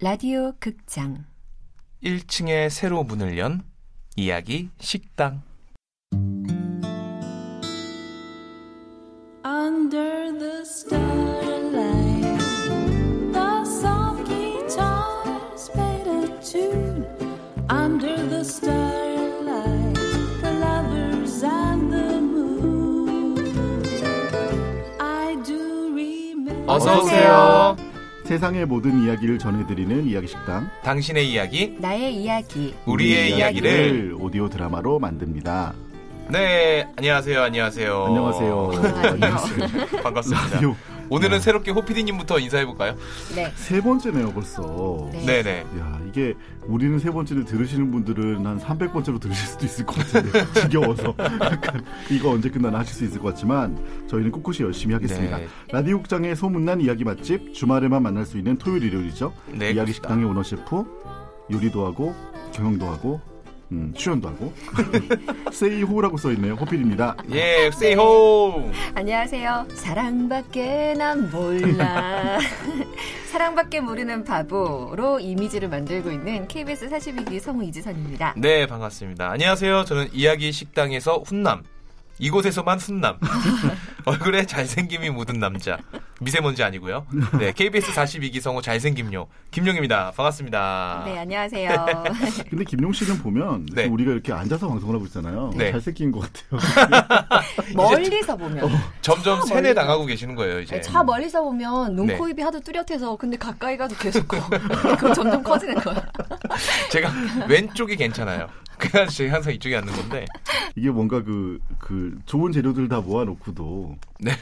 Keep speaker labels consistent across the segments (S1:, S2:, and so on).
S1: 라디오 극장
S2: 1층에 새로 문을 연 이야기 식당.
S3: Under the starlight, the soft guitars played a tune. Under the starlight, the lovers and the moon. I do remember.
S4: 아,
S2: 어서 오세요.
S5: 세상의 모든 이야기를 전해드리는 이야기 식당
S2: 당신의 이야기,
S1: 나의 이야기
S2: 우리의 이야기를.
S5: 오디오 드라마로 만듭니다.
S2: 네, 안녕하세요. 안녕하세요.
S5: 어,
S2: 네.
S5: 안녕하세요. 안녕하세요.
S2: 반갑습니다.
S5: 라디오
S2: 오늘은 새롭게 호피디님부터 인사해볼까요?
S1: 네
S5: 세 번째네요 벌써.
S1: 네.
S2: 네네.
S5: 야 이게 우리는 세 번째를 들으시는 분들은 한 300번째로 들으실 수도 있을 것 같은데 지겨워서 약간 이거 언제 끝나나 하실 수 있을 것 같지만 저희는 꿋꿋이 열심히 하겠습니다.
S2: 네.
S5: 라디오 국장의 소문난 이야기 맛집 주말에만 만날 수 있는 토요일 일요일이죠.
S2: 네, 그렇습니다.
S5: 이야기 식당의 오너 셰프 요리도 하고 경영도 하고 음, 출연도 하고 세이호라고 써있네요. 호필입니다.
S2: 예, 세이호!
S1: 안녕하세요 사랑밖에 난 몰라 사랑밖에 모르는 바보로 이미지를 만들고 있는 KBS 42기 성우 이지선입니다
S2: 네, 반갑습니다. 안녕하세요. 저는 이야기 식당에서 훈남. 이곳에서만 훈남. 얼굴에 잘생김이 묻은 남자. 미세먼지 아니고요. 네, KBS 42기 성우 잘생김요. 김용입니다. 반갑습니다.
S1: 네 안녕하세요
S5: 근데 김용 씨는 보면
S2: 네.
S5: 우리가 이렇게 앉아서 방송을 하고 있잖아요.
S2: 네.
S5: 잘생긴 것 같아요.
S1: 멀리서 보면
S2: 점점
S1: 차
S2: 세뇌
S1: 멀리- 네,
S2: 당하고 계시는 거예요, 이제.
S1: 차 멀리서 보면 눈,
S2: 네.
S1: 코, 입이 하도 뚜렷해서 근데 가까이 가도 계속 커 그럼 점점 커지는 거야
S2: 음. 제가 왼쪽이 괜찮아요. 그래서 제가 항상 이쪽에 앉는 건데.
S5: 이게 뭔가 그, 그 좋은 재료들 다 모아놓고도
S2: 네.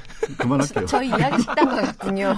S5: 그만할게요.
S1: 저희 이야기 식당과 같군요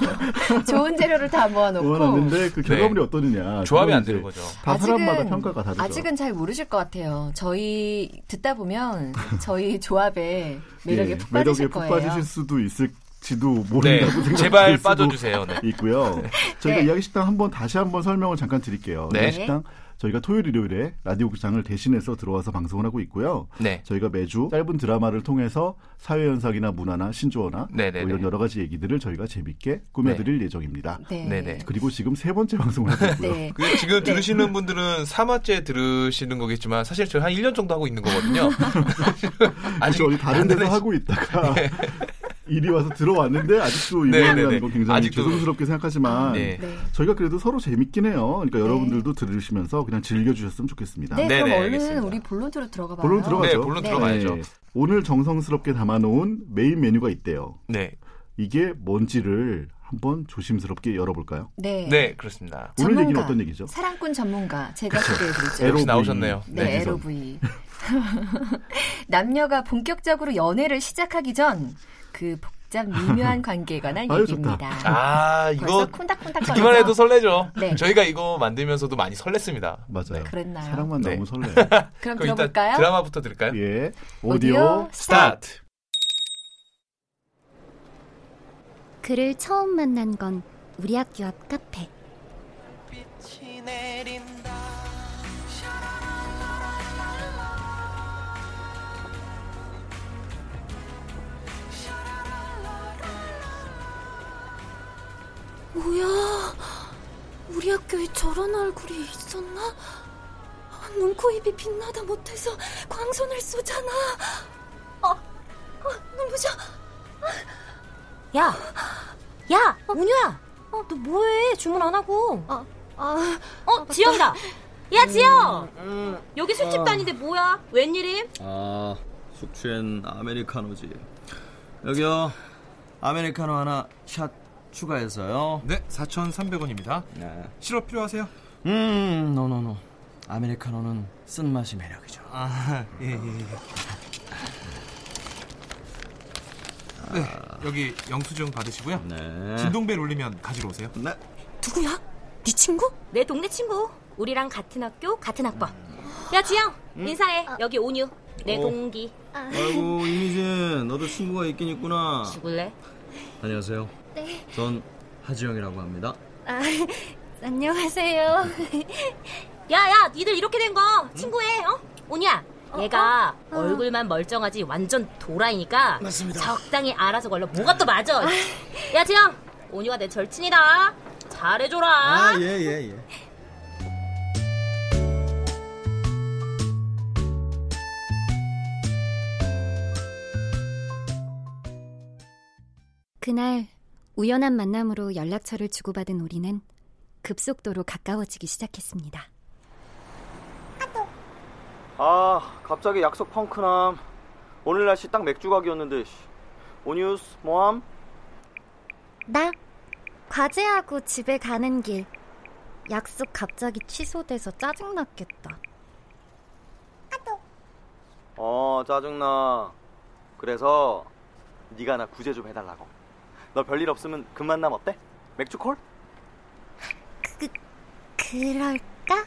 S1: 좋은 재료를 다 모아놓고
S5: 모아놨는데 그 결과물이
S2: 네.
S5: 어떠느냐.
S2: 조합이
S5: 그건
S2: 안
S5: 이제
S2: 되는 거죠.
S1: 아,
S5: 다 사람마다 평가가 다르죠.
S1: 아직은 잘 모르실 것 같아요. 저희 듣다 보면 저희 조합의 매력에
S5: 예,
S1: 푹
S5: 매력에
S1: 빠지실
S5: 푹
S1: 거예요.
S5: 빠지실 수도 있을지도
S2: 네.
S5: 모른다고 생각할
S2: 제발
S5: 수도
S2: 빠져주세요. 네.
S5: 있고요. 저희가
S1: 네.
S5: 이야기 식당 한번 다시 한번 설명을 잠깐 드릴게요.
S2: 네.
S5: 이야기 식당 저희가 토요일 일요일에 라디오 극장을 대신해서 들어와서 방송을 하고 있고요.
S2: 네.
S5: 저희가 매주 짧은 드라마를 통해서 사회 현상이나 문화나 신조어나 뭐
S2: 네네네.
S5: 이런 여러 가지 얘기들을 저희가 재밌게 꾸며드릴 예정입니다.
S1: 네.
S2: 네네.
S5: 그리고 지금 세 번째 방송을 하고 있고요.
S1: 네.
S2: 그 지금 들으시는 분들은 3화째 들으시는 거겠지만 사실 저희 한 1년 정도 하고 있는 거거든요.
S5: 그래서 어디
S2: 안
S5: 다른 데서
S2: 되시-
S5: 하고 있다가 이리 와서 들어왔는데 아직도
S2: 네, 네, 네.
S5: 이번이라는 거 굉장히
S2: 아직도-
S5: 죄송스럽게 생각하지만
S2: 네.
S1: 네.
S5: 저희가 그래도 서로 재밌긴 해요. 그러니까 여러분들도 들으시면서 그냥 즐겨주셨으면 좋겠습니다.
S1: 네, 그럼
S2: 아, 네네,
S1: 얼른
S2: 알겠습니다.
S1: 우리 본론으로 들어가 봐요.
S5: 본론 들어가죠.
S2: 네, 본론
S1: 네.
S2: 들어가야죠.
S5: 네. 오늘 정성스럽게 담아놓은 메인 메뉴가 있대요.
S2: 네.
S5: 이게 뭔지를 한번 조심스럽게 열어볼까요?
S1: 네.
S2: 네, 그렇습니다.
S5: 오늘
S1: 전문가,
S5: 얘기는 어떤 얘기죠?
S1: 사랑꾼 전문가 제가 소개해드리죠.
S5: 에로-
S2: 역시 나오셨네요.
S1: 네,
S5: 네, 죄송.
S1: LOV. 남녀가 본격적으로 연애를 시작하기 전 그 복잡 미묘한 관계에 관한
S5: 아유,
S1: 얘기입니다.
S2: 아, 이거
S1: 벌써 콩닥콩닥
S2: 듣기만 해도 설레죠.
S1: 네.
S2: 저희가 이거 만들면서도 많이 설렜습니다.
S5: 맞아요.
S1: 그랬나요?
S5: 사랑만
S2: 네.
S5: 너무 설레요.
S1: 그럼
S2: 그럼 일단
S1: 들어볼까요?
S2: 드라마부터 들을까요?
S5: 예.
S1: 오디오
S5: 오디오.
S2: 스타트.
S6: 그를 처음 만난 건 우리 학교 앞 카페.
S4: 뭐야? 우리 학교에 저런 얼굴이 있었나? 아, 눈, 코, 입이 빛나다 못해서 광선을 쏘잖아. 아, 아, 눈부셔.
S7: 야, 야, 은유야, 너 뭐해? 주문 안 하고.
S4: 아, 아,
S7: 어, 지영이다. 야, 지영. 여기 술집도 아닌데 뭐야? 웬일임?
S8: 아, 숙취엔 아메리카노지. 여기요. 아메리카노 하나 샷 추가해서요.
S2: 네, 4,300원입니다.
S8: 네.
S2: 시럽 필요하세요?
S8: 음, 노노노. 아메리카노는 쓴맛이 매력이죠.
S9: 아, 예, 예, 예. 네,
S2: 아.
S9: 여기 영수증 받으시고요.
S8: 네.
S9: 진동벨 울리면 가지러 오세요.
S8: 네.
S4: 누구야? 네 친구?
S7: 내 동네 친구. 우리랑 같은 학교, 같은 학번. 야, 지영, 인사해. 여기 온유. 내
S8: 어.
S7: 동기.
S8: 아이고, 이미진. 너도 친구가 있긴 있구나.
S7: 죽을래?
S8: 안녕하세요.
S4: 네.
S8: 전 하지영이라고 합니다.
S4: 아, 안녕하세요.
S7: 야, 야, 니들 이렇게 된 거 친구해. 어? 온유야. 얘가 얼굴만 멀쩡하지 완전 도라이니까
S8: 아.
S7: 적당히 알아서 걸러 뭐가 또 맞아 야 지영 온유가 내 절친이다 잘해줘라.
S8: 아, 예, 예, 예.
S6: 그날 우연한 만남으로 연락처를 주고받은 우리는 급속도로 가까워지기 시작했습니다.
S8: 아, 갑자기 약속 펑크남. 오늘 날씨 딱 맥주 가게였는데, 씨. 오뉴스, 모함?
S6: 나 과제하고 집에 가는 길 약속 갑자기 취소돼서 짜증났겠다.
S8: 어, 짜증나. 그래서, 네가 나 구제 좀 해달라고. 너 별일 없으면 금만남 어때? 맥주 콜?
S6: 그럴까?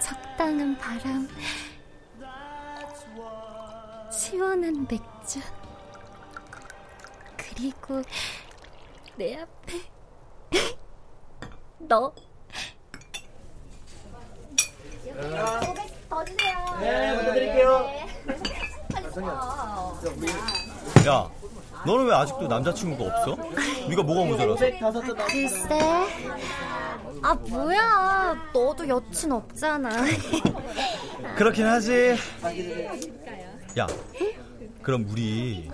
S6: 적당한 바람, 시원한 맥주, 그리고 내 앞에 너.
S8: 야, 너는 왜 아직도 남자친구가 없어? 네가 뭐가 모자라서?
S6: 글쎄. 아 뭐야? 너도 여친 없잖아.
S8: 그렇긴 하지. 야, 그럼 우리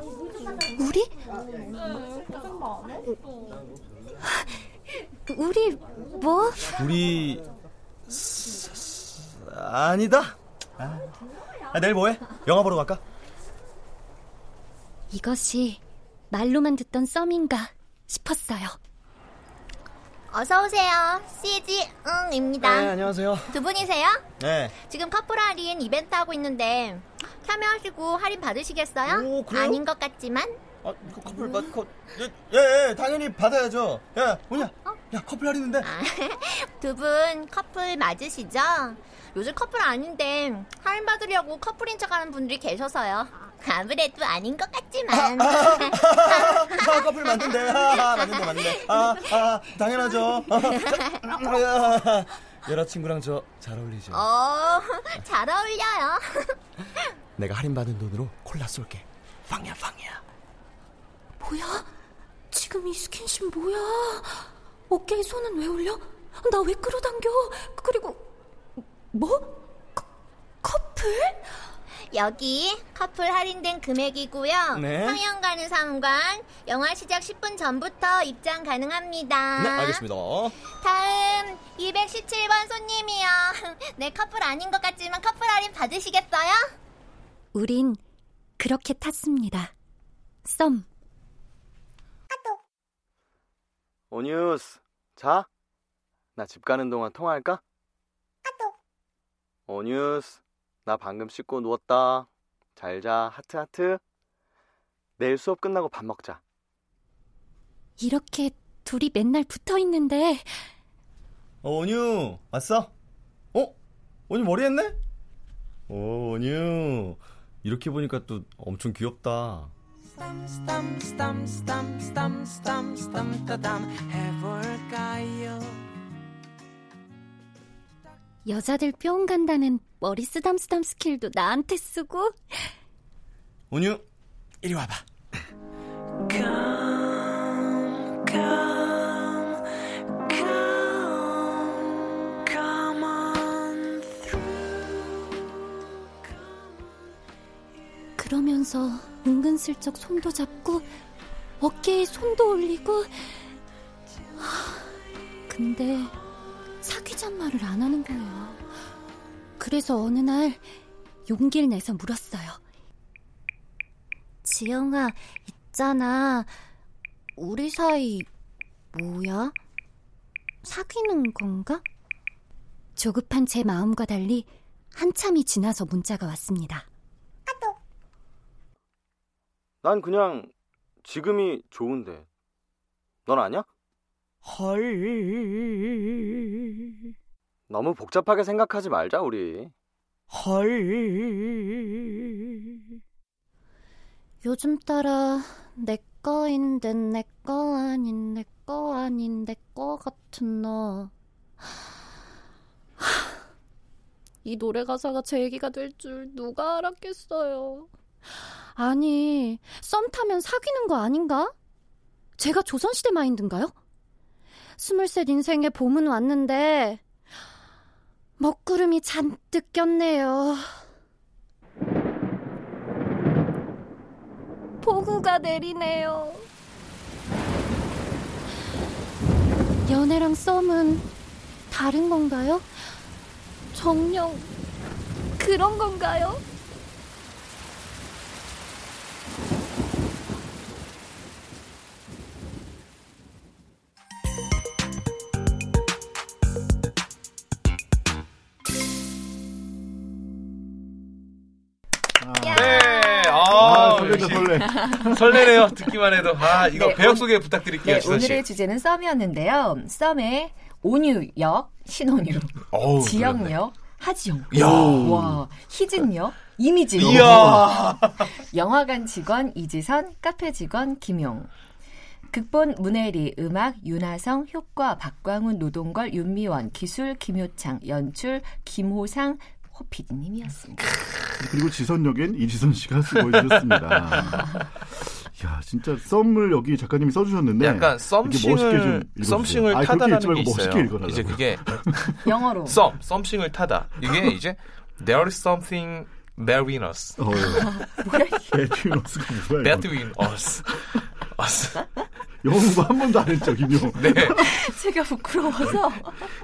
S6: 우리? 우리 뭐?
S8: 우리 사- 사- 아니다. 아, 내일 뭐해? 영화 보러 갈까?
S6: 이것이 말로만 듣던 썸인가 싶었어요.
S4: 어서 오세요. CG 응입니다.
S8: 안녕하세요.
S4: 두 분이세요?
S8: 네.
S4: 지금 커플 할인 이벤트 하고 있는데 참여하시고 할인 받으시겠어요?
S8: 오, 그래요?
S4: 아닌 것 같지만
S8: 아, 이거 커플 맞 커. 예, 예, 예, 당연히 받아야죠. 야, 뭐냐? 야, 커플 할인인데.
S4: 아. 두 분 커플 맞으시죠? 요즘 커플 아닌데 할인 받으려고 커플인 척하는 분들이 계셔서요. 아무래도 아닌 것 같지만
S8: 아, 커플 맞는데. 아, 아, 맞는데, 맞는데. 아, 아, 당연하죠. 아, 여자친구랑 저 잘 어울리죠.
S4: 어,
S8: 아.
S4: 잘 어울려요.
S8: 내가 할인 받은 돈으로 콜라 쏠게. 빵야, 빵야.
S4: 뭐야? 지금 이 스킨십 뭐야? 어깨에 손은 왜 올려? 나 왜 끌어당겨? 그리고 뭐? 커- 커플? 여기 커플 할인된 금액이고요.
S8: 네.
S4: 상영관은 상관, 영화 시작 10분 전부터 입장 가능합니다.
S8: 네, 알겠습니다.
S4: 다음 217번 손님이요. 네, 커플 아닌 것 같지만 커플 할인 받으시겠어요?
S6: 우린 그렇게 탔습니다. 썸.
S8: 어, 오뉴스, 자? 나 집 가는 동안 통화할까? 어, 오뉴스, 나 방금 씻고 누웠다. 잘 자, 하트, 하트. 내일 수업 끝나고 밥 먹자.
S6: 이렇게 둘이 맨날 붙어 있는데
S8: 어, 온유 왔어? 어? 온유 머리 했네? 오 온유 이렇게 보니까 또 엄청 귀엽다
S3: Stam, stam, stam, stam, stam, stam, tadam. 해볼까요?
S6: 여자들 뿅 간다는 머리 쓰담쓰담 스킬도 나한테 쓰고
S8: 온유 이리 와봐
S3: Come, come, come, come on through.
S6: 그러면서 은근슬쩍 손도 잡고 어깨에 손도 올리고 하, 근데 사귀잔 말을 안 하는 거예요. 그래서 어느 날 용기를 내서 물었어요. 지영아, 있잖아. 우리 사이 뭐야? 사귀는 건가? 조급한 제 마음과 달리 한참이 지나서 문자가 왔습니다.
S8: 난 그냥 지금이 좋은데 넌 아냐?
S3: 헐,
S8: 너무 복잡하게 생각하지 말자 우리
S3: 헐.
S6: 요즘 따라 내 거인데 내 거 아닌 내 거 아닌 내 거 같은 너. 이 노래 가사가 제 얘기가 될 줄 누가 알았겠어요. 아니, 썸 타면 사귀는 거 아닌가? 제가 조선시대 마인드인가요? 스물셋 인생의 봄은 왔는데, 먹구름이 잔뜩 꼈네요. 폭우가 내리네요. 연애랑 썸은 다른 건가요? 정녕 그런 건가요?
S2: 네.
S5: 아,
S2: 아,
S5: 설레다,
S2: 역시
S5: 설레.
S2: 설레네요. 듣기만 해도. 아, 이거
S1: 네,
S2: 배역
S1: 오늘-
S2: 소개 부탁드릴게요.
S1: 네,
S2: 지선 씨.
S1: 오늘의 주제는 썸이었는데요. 썸의 온유역, 신온유,
S2: 어우, 그렇네.
S1: 지영역, 하지영,
S2: 이야.
S1: 와, 희진역, 이미진,
S2: 이야.
S1: 영화관 직원 이지선, 카페 직원 김용. 극본 문혜리, 음악 윤하성, 효과 박광훈, 노동걸, 윤미원, 기술 김효창, 연출 김호상, 호피디님이었습니다.
S5: 그리고 지선역엔 이지선 씨가 쓰고 있었습니다. 야, 진짜 썸을 여기 작가님이 써주셨는데
S2: 약간
S5: 이렇게 멋있게 좀
S2: 썸씽을
S5: 읽어주세요.
S2: 썸씽을
S5: 아니, 그렇게
S2: 타다라는
S5: 읽지
S2: 게
S5: 말고 멋있게
S2: 있어요.
S5: 읽어달라고.
S2: 이제 그게
S1: 영어로.
S2: 썸, 썸씽을 타다. 이게 이제 there is something between us.
S5: 어, 예, 배트윈어스가 뭐야? 이건.
S2: between us. us.
S5: 영어 공부 뭐 한 번도 안 했죠, 김용.
S2: 네.
S1: 제가 부끄러워서.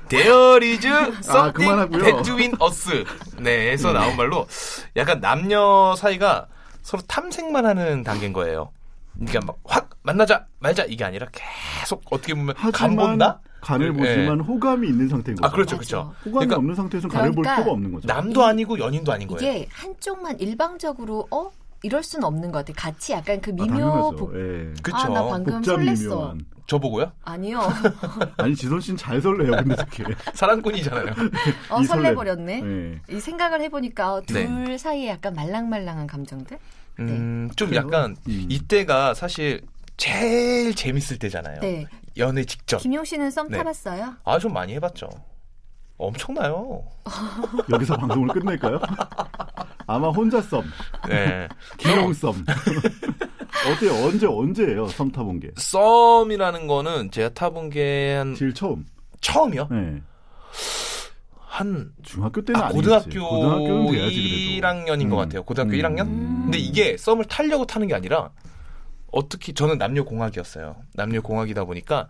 S2: There is something
S5: 아, 그만하고요. 음.
S2: between us. 네, 에서 나온 말로 약간 남녀 사이가 서로 탐색만 하는 단계인 거예요. 그러니까 막 확 만나자 말자 이게 아니라 계속 어떻게 보면 간
S5: 하지만
S2: 본다?
S5: 간을
S2: 네.
S5: 보지만 호감이 있는 상태인 거죠.
S2: 아, 그렇죠, 그렇죠.
S5: 호감이
S2: 그러니까
S5: 없는 상태에서는 간을 볼
S1: 그러니까
S5: 필요가 없는 거죠.
S2: 남도 아니고 연인도 아닌 거예요.
S1: 이게 한쪽만 일방적으로 어 이럴 순 없는 것 같아. 같이 약간 그
S5: 아,
S1: 미묘
S5: 당연하죠.
S1: 복.
S5: 예.
S2: 그쵸.
S1: 아, 나 방금
S5: 복잡
S1: 설렜어.
S5: 미묘한.
S2: 저 보고요?
S1: 아니요.
S5: 아니 지선 씨는 잘 설레요, 근데 이렇게.
S2: 사랑꾼이잖아요.
S1: 어,
S5: 이 설렘.
S1: 설레버렸네.
S5: 예.
S1: 이 생각을 해보니까 어, 둘
S2: 네.
S1: 사이에 약간 말랑말랑한 감정들?
S2: 음, 좀
S5: 그래요?
S2: 약간
S5: 음.
S2: 이때가 사실 제일 재밌을 때잖아요.
S1: 네.
S2: 연애 직전.
S1: 김용 씨는 썸
S2: 네.
S1: 타봤어요?
S2: 아, 좀 많이 해봤죠. 엄청나요.
S5: 여기서 방송을 끝낼까요? 아마 혼자 썸,
S2: 네.
S5: 기용 썸. 어때요? 언제 언제예요? 썸 타본 게
S2: 썸이라는 거는 제가 타본 게 한
S5: 제일 처음.
S2: 처음이요.
S5: 예.
S2: 한
S5: 중학교 때는
S2: 아,
S5: 아니겠지.
S2: 고등학교
S5: 고등학교는 돼야지 그래도.
S2: 1학년인 것
S5: 음.
S2: 같아요. 고등학교
S5: 음.
S2: 1학년? 근데 이게 썸을 타려고 타는 게 아니라 어떻게 저는 남녀 공학이었어요. 남녀 공학이다 보니까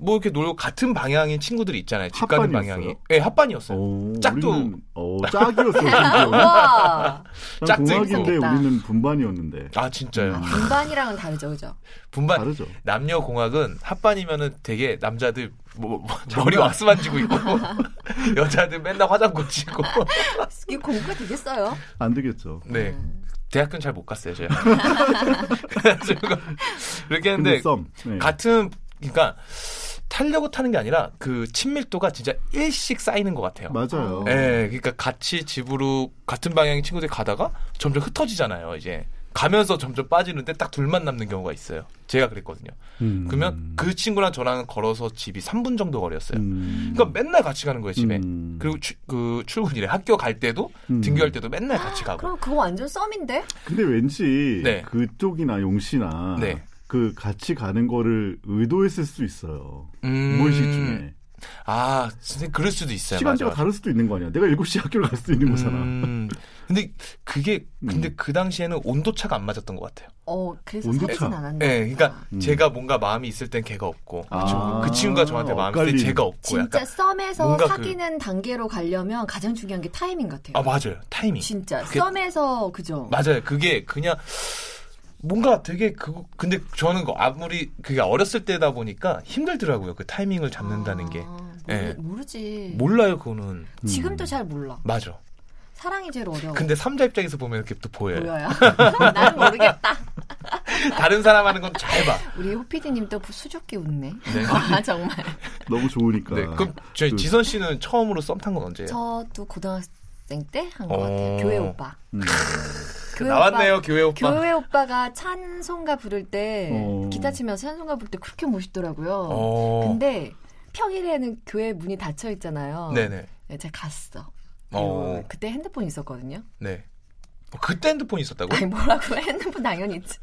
S2: 뭐 이렇게 놀고 같은 방향인 친구들이 있잖아요. 집 가는
S5: 합반이었어요?
S2: 방향이. 네, 합반이었어요.
S5: 오,
S2: 짝도-
S5: 우리는, 어, 짝이었어. 심지어.
S1: 우와!
S5: 난
S2: 짝도
S5: 공학인데
S1: 있고.
S5: 우리는 분반이었는데
S2: 아 진짜요.
S1: 분반이랑은 다르죠, 그죠?
S2: 분반
S5: 음. 다르죠.
S2: 남녀 공학은 합반이면은 되게 남자들 뭐, 뭐 머리 왁스 만지고 있고 여자들 맨날 화장 고치고
S1: 이게 공부가 되겠어요?
S5: 안 되겠죠.
S2: 네
S5: 음.
S2: 대학교는 잘 못 갔어요 제가 그래가지고 이렇게
S5: 근데,
S2: 했는데
S5: 썸. 네.
S2: 같은 그러니까 타려고 타는 게 아니라 그 친밀도가 진짜 일씩 쌓이는 것 같아요.
S5: 맞아요.
S2: 예, 그러니까 같이 집으로 같은 방향의 친구들이 가다가 점점 흩어지잖아요. 이제 가면서 점점 빠지는데 딱 둘만 남는 경우가 있어요. 제가 그랬거든요.
S5: 음.
S2: 그러면 그 친구랑 저랑 걸어서 집이 3분 정도 거리였어요.
S5: 음.
S2: 그러니까 맨날 같이 가는 거예요 집에.
S5: 음.
S2: 그리고 추- 그 출근이래 학교 갈 때도
S5: 음.
S2: 등교할 때도 맨날 같이 가고.
S1: 그럼 그거 완전 썸인데?
S5: 근데 왠지
S2: 네.
S5: 그쪽이나 용씨나
S2: 네.
S5: 그 같이 가는 거를 의도했을 수 있어요.
S2: 음.
S5: 무의식 중에.
S2: 아 선생님 그럴 수도 있어요.
S5: 시간대가
S2: 맞아요.
S5: 다를 수도 있는 거 아니야. 내가 7시 학교를 갈 수도 있는 거잖아.
S2: 음, 근데 그게
S5: 음.
S2: 근데 그 당시에는 온도 차가 안 맞았던 것 같아요.
S1: 어, 그래서
S5: 온도차.
S1: 사귀진 않았네. 아.
S2: 예, 그러니까
S5: 음.
S2: 제가 뭔가 마음이 있을 땐 걔가 없고
S5: 아.
S2: 그 친구- 그 친구가 저한테 마음이 있을 땐
S5: 엇갈리는.
S2: 제가 없고
S1: 진짜
S2: 뭐 약간
S1: 썸에서
S2: 뭔가 그-
S1: 사귀는 단계로 가려면 가장 중요한 게 타이밍 같아요.
S2: 아 맞아요 타이밍
S1: 진짜
S2: 그게-
S1: 썸에서 그죠?
S2: 맞아요 그게 그냥 뭔가 되게 그 근데 저는 그 아무리 그게 어렸을 때다 보니까 힘들더라고요 그 타이밍을 잡는다는
S1: 아, 네.
S2: 게
S1: 모르,
S2: 예.
S1: 모르지.
S2: 몰라요 그거는
S1: 지금도 잘 몰라.
S2: 맞아
S1: 사랑이 제일 어려워.
S2: 근데 네. 삼자 입장에서 보면 이렇게 또 보여요
S1: 뭐야? 난 모르겠다.
S2: 다른 사람 하는 건 잘봐
S1: 우리 호피디님 또 수줍게 웃네.
S2: 네.
S1: 아, 정말.
S5: 너무 좋으니까.
S2: 네, 그럼 저희
S5: 그-
S2: 지선 씨는 처음으로 썸 탄 건 언제예요?
S1: 저도 고등학생 때 한 것
S2: 네. 어. 그
S1: 같아요. 교회 오빠.
S5: 음.
S1: 교회
S2: 나왔네요,
S1: 오빠,
S2: 교회 오빠.
S1: 교회 오빠가 찬송가 부를 때
S5: 어.
S1: 기타 치면서 찬송가 부를 때 그렇게 멋있더라고요.
S2: 어.
S1: 근데 평일에는 교회 문이 닫혀 있잖아요.
S2: 네네.
S1: 네, 제가 갔어.
S2: 어,
S1: 그리고 그때 핸드폰이 있었거든요.
S2: 네. 어, 그때 핸드폰 있었다고?
S1: 아니 뭐라고 핸드폰 당연히 있지.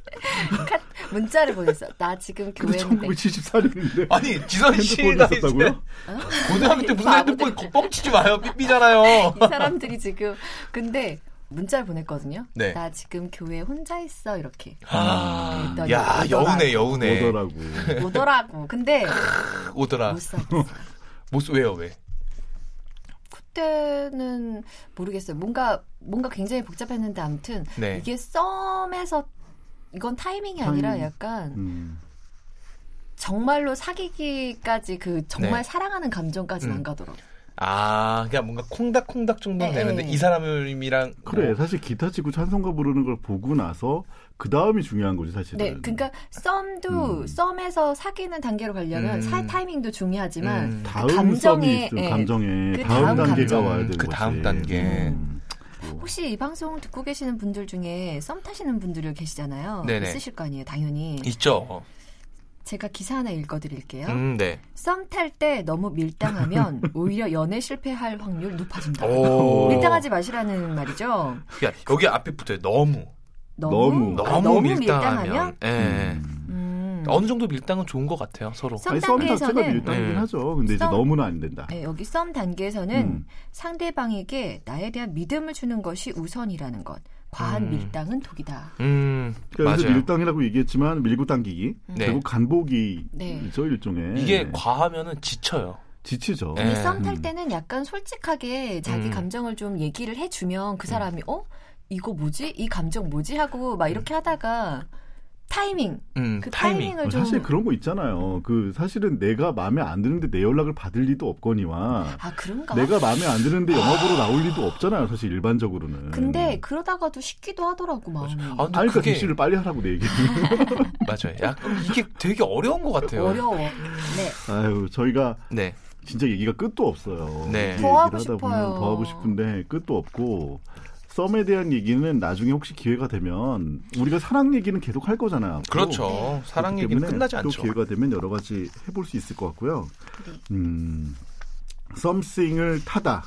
S1: 카- 문자를 보냈어. 나 지금
S5: 근데
S1: 교회 문에
S5: 1974년인데
S2: 아니, 지선
S5: 핸드폰이
S2: 씨가 이제
S5: 있었다고요?
S2: 고등학교 때 무슨
S1: 바보들.
S2: 핸드폰 거- 뻥치지 마요. 삐삐잖아요.
S1: 이 사람들이 지금 근데 문자를 보냈거든요.
S2: 네.
S1: 나 지금 교회 혼자 있어 이렇게
S2: 아,
S1: 그랬더니
S2: 야,
S1: 오더라-
S2: 여우네, 여우네.
S5: 오더라고.
S1: 오더라고. 근데
S2: 오더라.
S1: 못 사.
S2: 못, 쓰- 왜요, 왜?
S1: 그때는 모르겠어요. 뭔가 뭔가 굉장히 복잡했는데 아무튼
S2: 네.
S1: 이게 썸에서 이건 타이밍이 아니라
S5: 타이밍.
S1: 약간
S5: 음.
S1: 정말로 사귀기까지 그 정말
S2: 네.
S1: 사랑하는 감정까지는
S2: 음.
S1: 안 가더라고.
S2: 아, 그냥 뭔가 콩닥콩닥 정도는
S1: 네,
S2: 되는데,
S1: 네.
S2: 이 사람이랑. 뭐-
S5: 그래 사실 기타 치고 찬송가 부르는 걸 보고 나서 그 다음이 중요한 거지 사실은.
S1: 네, 그러니까 썸도
S5: 음.
S1: 썸에서 사귀는 단계로 가려면
S2: 음.
S1: 사 타이밍도 중요하지만
S2: 음.
S5: 다음
S1: 감정에,
S5: 감정이 있어
S1: 예.
S5: 감정에
S1: 그
S5: 다음,
S1: 다음
S5: 단계가
S1: 감정.
S5: 와야 되는
S2: 그
S5: 거지.
S2: 다음 단계.
S5: 음.
S1: 혹시 이 방송 듣고 계시는 분들 중에 썸 타시는 분들 계시잖아요.
S2: 네네.
S1: 있으실 거 아니에요, 당연히.
S2: 있죠.
S1: 제가 기사 하나 읽어드릴게요.
S2: 음, 네.
S1: 썸 탈 때 너무 밀당하면 오히려 연애 실패할 확률 높아진다.
S2: 오.
S1: 밀당하지 마시라는 말이죠.
S2: 야, 여기 앞에 붙어요. 너무.
S1: 너무
S5: 너무,
S2: 너무,
S1: 아, 너무
S2: 밀당하면.
S1: 밀당하면,
S5: 뭐.
S2: 예.
S1: 음,
S2: 어느 정도 밀당은 좋은 것 같아요, 서로.
S1: 썸
S5: 아니 썸 자체가
S1: 단계에서는
S5: 밀당이긴
S2: 음.
S5: 하죠. 근데 이제
S1: 썸-
S5: 너무는 안 된다.
S1: 네, 여기 썸 단계에서는
S5: 음.
S1: 상대방에게 나에 대한 믿음을 주는 것이 우선이라는 것. 과한
S2: 음.
S1: 밀당은 독이다.
S2: 음,
S5: 그러니까 여기서
S2: 맞아요.
S5: 밀당이라고 얘기했지만 밀고 당기기
S2: 네.
S5: 결국 네. 간보기죠
S1: 네.
S5: 일종의
S2: 이게 과하면은 지쳐요.
S5: 지치죠.
S2: 네.
S1: 이 썸 탈
S5: 음.
S1: 때는 약간 솔직하게 자기
S2: 음.
S1: 감정을 좀 얘기를 해주면 그 사람이 어 이거 뭐지 이 감정 뭐지 하고 막 이렇게 하다가 타이밍
S2: 음,
S1: 그
S2: 타이밍.
S1: 타이밍. 을 좀.
S5: 사실 그런 거 있잖아요. 그 사실은 내가 마음에 안 드는데 내 연락을 받을 리도 없거니와
S1: 아 그런가?
S5: 내가 마음에 안 드는데 영업으로 나올 리도 없잖아요. 사실 일반적으로는.
S1: 근데 그러다가도 쉽기도 하더라고 마음이.
S2: 음. 아, 근데
S5: 아니, 그러니까
S2: 그게
S5: 대시를 빨리 하라고 내 얘기.
S2: 맞아요. 약간 이게 되게 어려운 것 같아요. 음.
S1: 어려워. 네.
S5: 아유 저희가
S2: 네.
S5: 진짜 얘기가 끝도 없어요.
S2: 네.
S5: 이렇게
S1: 더 하고
S5: 얘기를 하다
S1: 싶어요.
S5: 보면 더 하고 싶은데 끝도 없고 썸에 대한 얘기는 나중에 혹시 기회가 되면 우리가 사랑 얘기는 계속 할 거잖아요. 앞으로.
S2: 그렇죠. 사랑
S1: 네.
S5: 그렇기
S2: 얘기는
S5: 때문에
S2: 끝나지
S5: 또
S2: 않죠.
S5: 기회가 되면 여러 가지 해볼 수 있을 것 같고요.
S1: 네.
S5: 음, 썸씽을 타다.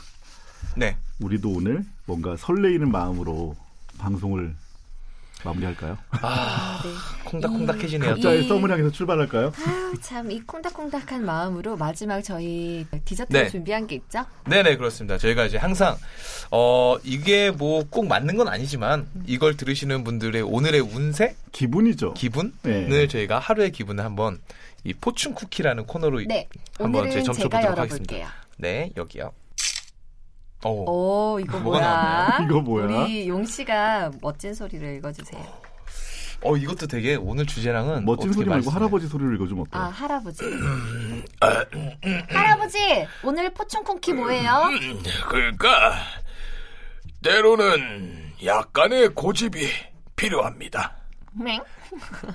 S2: 네.
S5: 우리도 오늘 뭔가 설레이는 마음으로 방송을 마무리할까요?
S2: 아,
S1: 네.
S2: 콩닥콩닥해지네요.
S1: 이-
S5: 각자의 썸을 향해서 출발할까요?
S1: 참 이 콩닥콩닥한 마음으로 마지막 저희 디저트
S2: 네.
S1: 로 준비한 게 있죠?
S2: 네네 그렇습니다. 저희가 이제 항상 어 이게 뭐 꼭 맞는 건 아니지만 이걸 들으시는 분들의 오늘의 운세
S5: 기분이죠.
S2: 기분을
S5: 네.
S2: 저희가 하루의 기분을 한번 이 포춘 쿠키라는 코너로
S1: 네.
S2: 한번
S1: 오늘은
S2: 제 점수
S1: 제가
S2: 보도록
S1: 열어볼게요.
S2: 네 여기요. 오,
S1: 오 이거
S2: 어. 뭐가
S1: 뭐야?
S2: 나왔나요?
S5: 이거 뭐야?
S1: 우리 용 씨가 멋진 소리를 읽어주세요.
S2: 어 이것도 되게 오늘 주제랑은
S5: 멋진
S2: 어떻게
S5: 소리 말고
S2: 말씀을-
S5: 할아버지 소리를 읽어주면
S1: 아
S2: 네.
S5: 어때요?
S1: 할아버지. 할아버지 오늘 포춘콩키 뭐예요?
S2: 그러니까 때로는 약간의 고집이 필요합니다.
S1: 맹?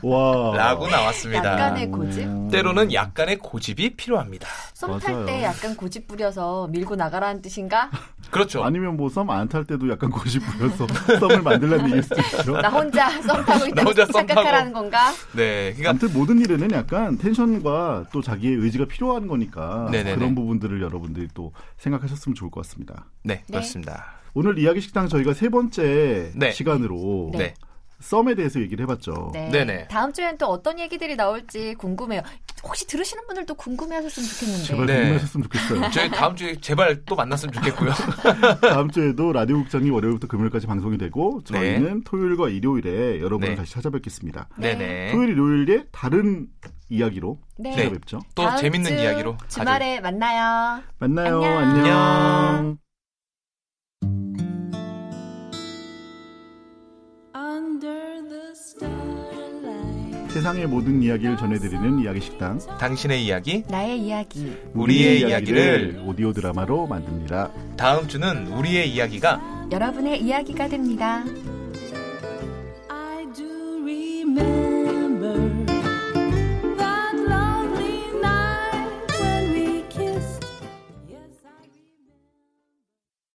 S5: 와.
S2: 라고 나왔습니다. 음,
S1: 약간의 고집.
S2: 때로는 약간의 고집이 필요합니다.
S1: 썸 탈
S5: 맞아요.
S1: 때 약간 고집 부려서 밀고 나가라는 뜻인가?
S2: 그렇죠.
S5: 아니면 뭐 썸 안 탈 때도 약간 고집 부려서 썸을 만들라는 얘기일 수도 있죠.
S1: 나 혼자 썸 타고
S2: 나 혼자
S1: 있다고
S2: 썸 타고.
S1: 착각하라는 건가?
S2: 네, 그러니까
S5: 아무튼 모든 일에는 약간 텐션과 또 자기의 의지가 필요한 거니까
S2: 네네네.
S5: 그런 부분들을 여러분들이 또 생각하셨으면 좋을 것 같습니다.
S2: 네, 그렇습니다.
S5: 오늘 이야기 식당 저희가 세 번째
S2: 네.
S5: 시간으로
S2: 네.
S5: 썸에 대해서 얘기를 해봤죠.
S1: 네.
S2: 네네.
S1: 다음 주에는 또 어떤 얘기들이 나올지 궁금해요. 혹시 들으시는 분들도 궁금해하셨으면 좋겠는데.
S5: 제발
S2: 네.
S5: 궁금하셨으면 좋겠어요.
S2: 저희 다음 주에 제발 또 만났으면 좋겠고요.
S5: 다음 주에도 라디오 극장이 월요일부터 금요일까지 방송이 되고 저희는 토요일과 일요일에 여러분을
S2: 네.
S5: 다시 찾아뵙겠습니다.
S2: 네네.
S5: 토요일 일요일에 다른 이야기로
S1: 네.
S5: 찾아뵙죠.
S2: 또
S1: 다음
S2: 재밌는
S1: 주
S2: 이야기로
S1: 주말에 만나요.
S5: 만나요.
S1: 안녕.
S5: 안녕.
S3: Under the starlight.
S5: 세상의 모든 이야기를 전해드리는 이야기 식당.
S2: 가죠. 당신의 이야기,
S1: 나의 이야기.
S2: 우리의 이야기를
S5: 오디오 드라마로 만듭니다.
S2: 다음 주는 우리의 이야기가
S1: 여러분의 이야기가 됩니다.